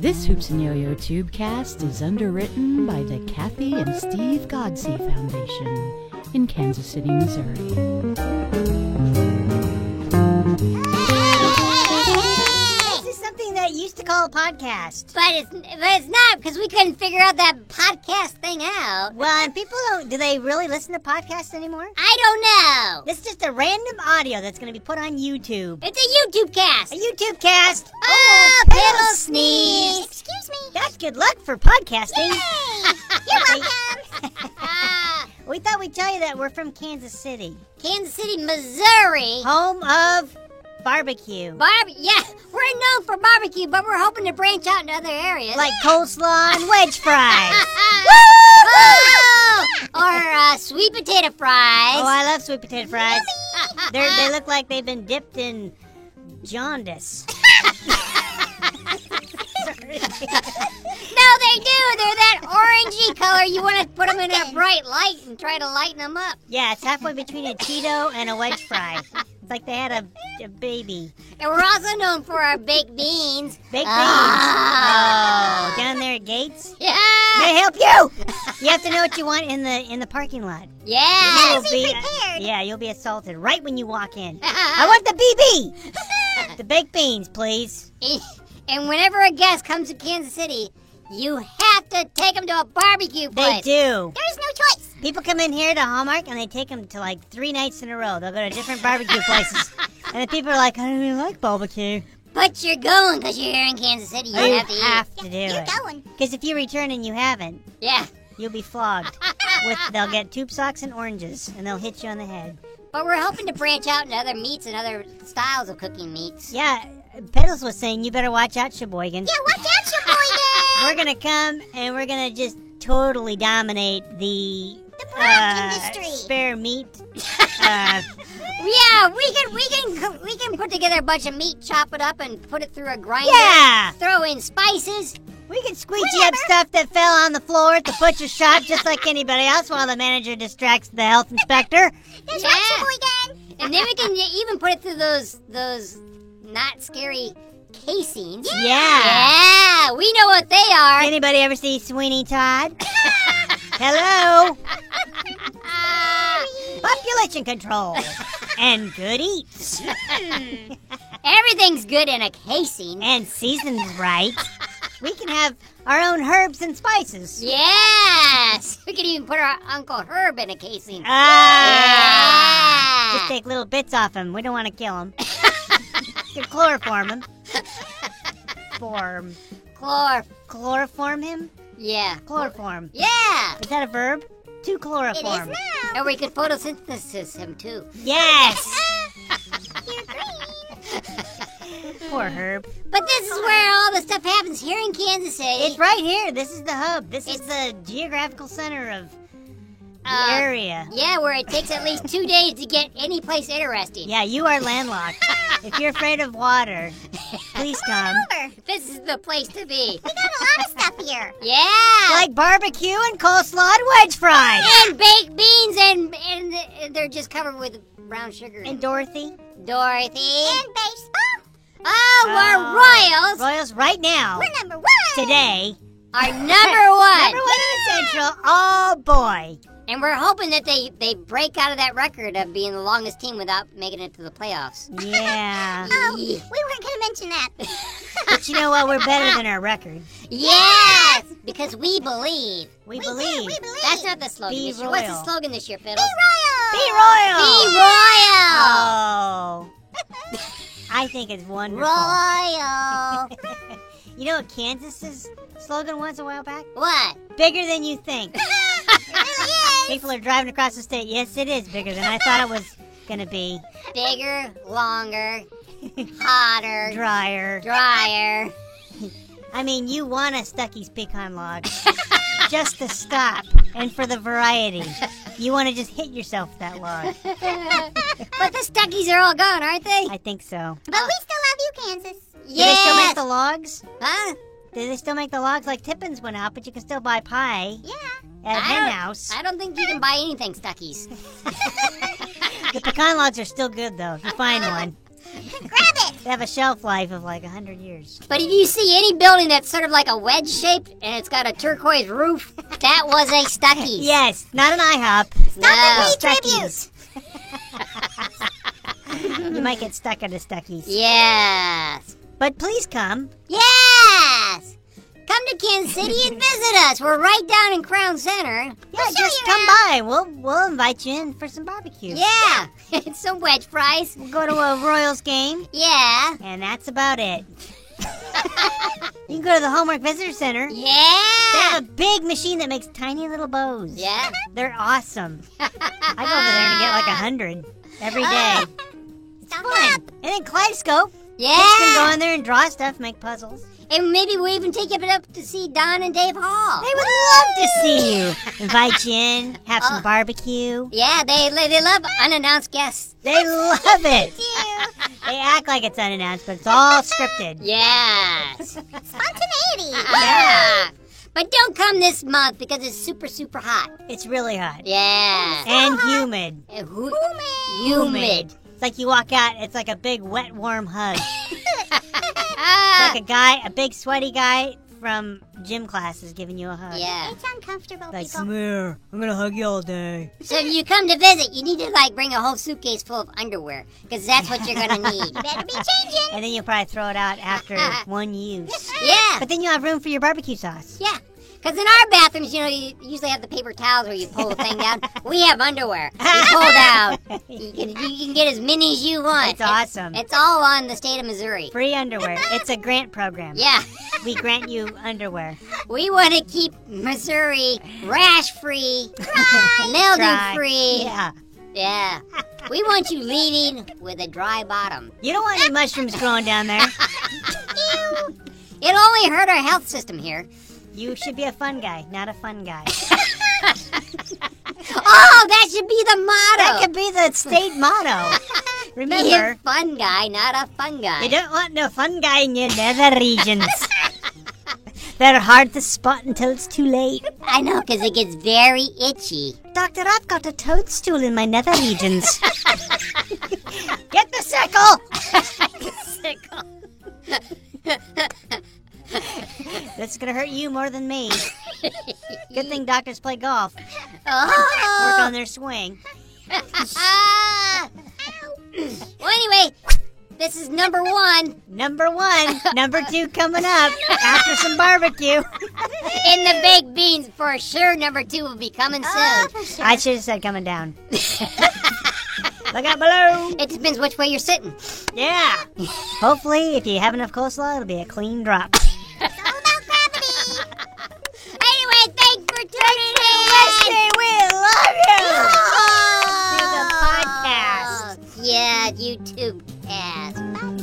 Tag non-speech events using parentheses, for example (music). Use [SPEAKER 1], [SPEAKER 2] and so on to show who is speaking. [SPEAKER 1] This Hoops and Yo-Yo Tubecast is underwritten by the Kathy and Steve Godsey Foundation in Kansas City, Missouri.
[SPEAKER 2] This is something that you used to call a podcast.
[SPEAKER 3] But it's but it's not because we couldn't figure out that podcast thing out.
[SPEAKER 2] Well, and people don't. Do they really listen to podcasts anymore?
[SPEAKER 3] I don't know.
[SPEAKER 2] This is just a random audio that's going to be put on YouTube.
[SPEAKER 3] It's a YouTube cast.
[SPEAKER 2] A YouTube cast. Ah,
[SPEAKER 3] Oh, piddle sneeze. Excuse (laughs) me.
[SPEAKER 2] That's good luck for podcasting. (laughs)
[SPEAKER 3] Yay! You're welcome.
[SPEAKER 2] We thought we'd tell you that we're from Kansas City,
[SPEAKER 3] (laughs) Kansas City, Missouri.
[SPEAKER 2] home of barbecue,
[SPEAKER 3] Barb, yeah, we're known for barbecue, but we're hoping to branch out into other areas. (laughs)
[SPEAKER 2] like coleslaw and wedge fries.
[SPEAKER 3] Oh! or uh, sweet potato fries.
[SPEAKER 2] Oh, I love sweet potato fries.
[SPEAKER 3] (laughs)
[SPEAKER 2] They're,
[SPEAKER 3] Ah.
[SPEAKER 2] they look like they've been dipped in
[SPEAKER 3] (laughs)
[SPEAKER 2] jaundice. (laughs)
[SPEAKER 3] No, they do. They're that orangey color. You want to put them in a bright light and try to lighten them up.
[SPEAKER 2] Yeah, it's halfway between a Cheeto and a wedge fry. It's like they had a, a baby.
[SPEAKER 3] And we're also known for our baked beans.
[SPEAKER 2] Big beans.
[SPEAKER 3] Ah.
[SPEAKER 2] Oh, down there at Gates.
[SPEAKER 3] Yeah.
[SPEAKER 2] They help you. You have to know what you want in the in the parking lot.
[SPEAKER 3] Yeah.
[SPEAKER 2] be uh,
[SPEAKER 3] (laughs)
[SPEAKER 2] yeah, you'll be assaulted right when you walk in. I want the BB, the baked beans, please.
[SPEAKER 3] and whenever a guest comes to Kansas City, you have to take them to a barbecue
[SPEAKER 2] They
[SPEAKER 3] place.
[SPEAKER 2] do.
[SPEAKER 3] There's no choice.
[SPEAKER 2] People come in here to Hallmark and they take them to like three nights in a row. They'll go to different barbecue (laughs) places, and the people are like, I don't really like barbecue.
[SPEAKER 3] (laughs) But you're going because you're here in Kansas City. You
[SPEAKER 2] You
[SPEAKER 3] have to eat.
[SPEAKER 2] have to do it
[SPEAKER 3] going.
[SPEAKER 2] because if you return and you haven't,
[SPEAKER 3] Yeah.
[SPEAKER 2] you'll be flogged. With they'll get tube socks and oranges, and they'll hit you on the head.
[SPEAKER 3] But we're hoping to branch out into other meats and other styles of cooking meats.
[SPEAKER 2] Yeah, Piddles was saying you better watch out, Sheboygan.
[SPEAKER 3] watch out, Sheboygan! (laughs)
[SPEAKER 2] We're gonna come and we're gonna just totally dominate the the
[SPEAKER 3] industry.
[SPEAKER 2] Spare meat. uh,
[SPEAKER 3] Yeah, we can we can we can put together a bunch of meat, chop it up, and put it through a grinder.
[SPEAKER 2] yeah,
[SPEAKER 3] Throw in spices.
[SPEAKER 2] we can squeegee up stuff that fell on the floor at the butcher shop just like anybody else while the manager distracts the health inspector.
[SPEAKER 3] yeah. And then we can even put it through those those not scary casings.
[SPEAKER 2] Yeah.
[SPEAKER 3] Yeah, we know what they are.
[SPEAKER 2] (laughs) Anybody ever see Sweeney Todd? Hello,
[SPEAKER 3] Ah,
[SPEAKER 2] population control and good eats
[SPEAKER 3] (laughs) everything's good in a casing.
[SPEAKER 2] and seasoned right.
[SPEAKER 3] (laughs)
[SPEAKER 2] We can have our own herbs and spices.
[SPEAKER 3] Yes, we can even put our Uncle Herb in a casing.
[SPEAKER 2] Uh, Ah! Just
[SPEAKER 3] Yeah.
[SPEAKER 2] take little bits off him. We don't want to kill
[SPEAKER 3] (laughs)
[SPEAKER 2] him. you chloroform him. Form.
[SPEAKER 3] Chlor.
[SPEAKER 2] Chloroform him?
[SPEAKER 3] Yeah.
[SPEAKER 2] Chloroform.
[SPEAKER 3] Yeah.
[SPEAKER 2] Is that a verb? To chloroform.
[SPEAKER 3] Or we could photosynthesis him too. Ah,
[SPEAKER 2] Yes! Poor Herb.
[SPEAKER 3] But this is where all the stuff happens here in Kansas City.
[SPEAKER 2] It's right here. This is the hub. This is
[SPEAKER 3] It's-
[SPEAKER 2] the geographical center of the
[SPEAKER 3] Uh,
[SPEAKER 2] area.
[SPEAKER 3] Yeah, where it takes at least two days to get any place interesting.
[SPEAKER 2] Yeah, you
[SPEAKER 3] (laughs)
[SPEAKER 2] are landlocked. if you're afraid of water, please come.
[SPEAKER 3] This is the place to be.
[SPEAKER 4] got a lot of stuff here.
[SPEAKER 3] Yeah.
[SPEAKER 2] Like barbecue and coleslaw and wedge fries.
[SPEAKER 3] and baked beans and and and they're just covered with brown sugar.
[SPEAKER 2] And Dorothy.
[SPEAKER 3] Dorothy.
[SPEAKER 4] And baseball.
[SPEAKER 3] oh, our Royals
[SPEAKER 2] Royals right now.
[SPEAKER 4] We're number one.
[SPEAKER 2] Uh, today.
[SPEAKER 3] are number one.
[SPEAKER 2] (laughs) Number one in the Central. Oh boy.
[SPEAKER 3] And we're hoping that they they break out of that record of being the longest team without making it to the playoffs.
[SPEAKER 2] Yeah.
[SPEAKER 4] Oh, we weren't going to mention
[SPEAKER 3] (laughs)
[SPEAKER 4] that.
[SPEAKER 2] But you know what? We're better than our record.
[SPEAKER 3] Yes, because we believe.
[SPEAKER 2] We,
[SPEAKER 4] We
[SPEAKER 2] believe.
[SPEAKER 4] do. We believe.
[SPEAKER 3] That's not the slogan
[SPEAKER 2] Be
[SPEAKER 3] this year. What's
[SPEAKER 2] royal.
[SPEAKER 3] the slogan this year, Fiddle?
[SPEAKER 2] Be
[SPEAKER 4] Royal.
[SPEAKER 2] royal.
[SPEAKER 3] Be royal.
[SPEAKER 2] Oh. I think it's wonderful.
[SPEAKER 3] Royal.
[SPEAKER 2] (laughs) You know what Kansas's slogan was a while back?
[SPEAKER 3] what?
[SPEAKER 2] Bigger than you think. People are driving across the state. Yes, it is bigger than I thought it was gonna be.
[SPEAKER 3] (laughs) Bigger, longer,
[SPEAKER 2] (laughs)
[SPEAKER 3] hotter,
[SPEAKER 2] Drier.
[SPEAKER 3] drier.
[SPEAKER 2] I mean, you want a Stucky's
[SPEAKER 3] (laughs)
[SPEAKER 2] pecan log. just to stop and for the variety. You want to just hit yourself that log.
[SPEAKER 3] But the Stuckies are all gone, aren't they?
[SPEAKER 2] I think so.
[SPEAKER 4] But we still love you, Kansas.
[SPEAKER 2] Do they still make
[SPEAKER 3] Yes.
[SPEAKER 2] the logs?
[SPEAKER 3] Huh?
[SPEAKER 2] Do they still make the logs? Like Tippins went out, but you can still buy pie
[SPEAKER 4] Yeah.
[SPEAKER 2] at
[SPEAKER 3] I don't-
[SPEAKER 2] Hen House.
[SPEAKER 3] (laughs) I don't think you can buy anything Stuckies.
[SPEAKER 2] The pecan logs are still good though. If you
[SPEAKER 3] (laughs)
[SPEAKER 2] find one,
[SPEAKER 4] Grab it.
[SPEAKER 2] they have a shelf life of like hundred years.
[SPEAKER 3] But if you see any building that's sort of like a wedge shaped and it's got a turquoise roof, that was a Stuckey's.
[SPEAKER 2] (laughs) Yes, not an IHOP.
[SPEAKER 3] No.
[SPEAKER 4] Hey, tribute.
[SPEAKER 2] Stuckies. (laughs) you might get stuck at a Stuckies.
[SPEAKER 3] Yes.
[SPEAKER 2] But please come.
[SPEAKER 3] Yes. Come to Kansas City and visit us. We're right down in Crown Center.
[SPEAKER 2] Yeah,
[SPEAKER 4] show
[SPEAKER 2] just
[SPEAKER 4] you
[SPEAKER 2] come by. We'll we'll invite you in for some barbecue.
[SPEAKER 3] Yeah. (laughs) it's some wedge fries.
[SPEAKER 2] We'll go to a Royals game,
[SPEAKER 3] Yeah.
[SPEAKER 2] and that's about it. you can go to the Homework Visitor Center. They
[SPEAKER 3] Yeah.
[SPEAKER 2] have a big machine that makes tiny little bows.
[SPEAKER 3] Yeah.
[SPEAKER 2] They're awesome. I go over there and get like a hundred every day.
[SPEAKER 4] Stop
[SPEAKER 2] Fun.
[SPEAKER 4] up.
[SPEAKER 2] And then Kaleidoscope. You can go
[SPEAKER 3] Yeah.
[SPEAKER 2] in there and draw stuff, make puzzles.
[SPEAKER 3] And maybe we even take it up to see Don and Dave Hall.
[SPEAKER 2] They would love to see you. Invite you in, have some
[SPEAKER 3] (laughs)
[SPEAKER 2] barbecue.
[SPEAKER 3] Yeah, they they love unannounced guests.
[SPEAKER 2] They love it. They act like it's unannounced, but it's all scripted.
[SPEAKER 3] (laughs) Yes.
[SPEAKER 4] (laughs)
[SPEAKER 3] Uh,
[SPEAKER 4] Spontaneity.
[SPEAKER 3] yeah. But don't come this month because it's super super hot.
[SPEAKER 2] It's really hot
[SPEAKER 4] Oh,
[SPEAKER 3] Yeah. (laughs)
[SPEAKER 2] and humid.
[SPEAKER 3] And hu- humid.
[SPEAKER 2] It's like you walk out, it's like a big wet,
[SPEAKER 3] (laughs)
[SPEAKER 2] warm hug.
[SPEAKER 4] (laughs)
[SPEAKER 3] Ah.
[SPEAKER 2] like a guy, a big sweaty guy from gym class is giving you a hug.
[SPEAKER 3] yeah.
[SPEAKER 4] It's uncomfortable,
[SPEAKER 2] Like,
[SPEAKER 4] people.
[SPEAKER 2] come here, I'm gonna hug you all day.
[SPEAKER 3] So if you come to visit, you need to like bring a whole suitcase full of underwear because that's what you're
[SPEAKER 4] (laughs)
[SPEAKER 3] gonna need.
[SPEAKER 4] Better be changing.
[SPEAKER 2] And then you'll probably throw it
[SPEAKER 3] (laughs)
[SPEAKER 2] out after one use.
[SPEAKER 3] yeah.
[SPEAKER 2] But then you'll have room for your barbecue sauce.
[SPEAKER 3] Yeah. Because in our bathrooms, you know, you usually have the paper towels where you pull the thing
[SPEAKER 2] (laughs)
[SPEAKER 3] down. We have underwear. You pull it out. You can, you can get as many as you want.
[SPEAKER 2] It's awesome.
[SPEAKER 3] It's all on the state of Missouri. (laughs)
[SPEAKER 2] Free underwear. It's a grant program. (laughs)
[SPEAKER 3] Yeah.
[SPEAKER 2] We grant you
[SPEAKER 3] (laughs)
[SPEAKER 2] underwear.
[SPEAKER 3] We want to keep Missouri rash free, (laughs) mildew
[SPEAKER 2] Dry.
[SPEAKER 3] free.
[SPEAKER 2] Yeah.
[SPEAKER 3] Yeah. We want you leaving with a dry bottom.
[SPEAKER 2] You don't want any mushrooms growing
[SPEAKER 3] (laughs)
[SPEAKER 2] down there.
[SPEAKER 3] It'll only hurt our health system here.
[SPEAKER 2] You should be a fun guy, not a fun
[SPEAKER 3] (laughs)
[SPEAKER 2] guy.
[SPEAKER 3] Oh, that should be the motto.
[SPEAKER 2] That could be the state
[SPEAKER 3] (laughs)
[SPEAKER 2] motto.
[SPEAKER 3] be a
[SPEAKER 2] Remember,
[SPEAKER 3] fun guy, not a fun guy.
[SPEAKER 2] you don't want no fun guy in your nether regions. They're hard to spot until it's too late.
[SPEAKER 3] I know, because it gets very itchy.
[SPEAKER 2] Doctor, I've got a toadstool in my nether regions. Get the sickle! That's gonna hurt you more than me. Good thing doctors play golf, work
[SPEAKER 3] Oh.
[SPEAKER 2] on their swing.
[SPEAKER 3] Ah. well, anyway, this is number one
[SPEAKER 2] Number one, number two coming up after some barbecue.
[SPEAKER 3] in the baked beans for sure. Number two will be coming soon.
[SPEAKER 2] I should have said coming down. Look out below.
[SPEAKER 3] It depends which way you're sitting.
[SPEAKER 2] Yeah. Hopefully, if you have enough coleslaw, it'll be a clean drop.
[SPEAKER 3] (laughs) Anyway, thanks for tuning in.
[SPEAKER 2] we love you. To the podcast.
[SPEAKER 3] Yeah, YouTube cast.
[SPEAKER 4] Bye.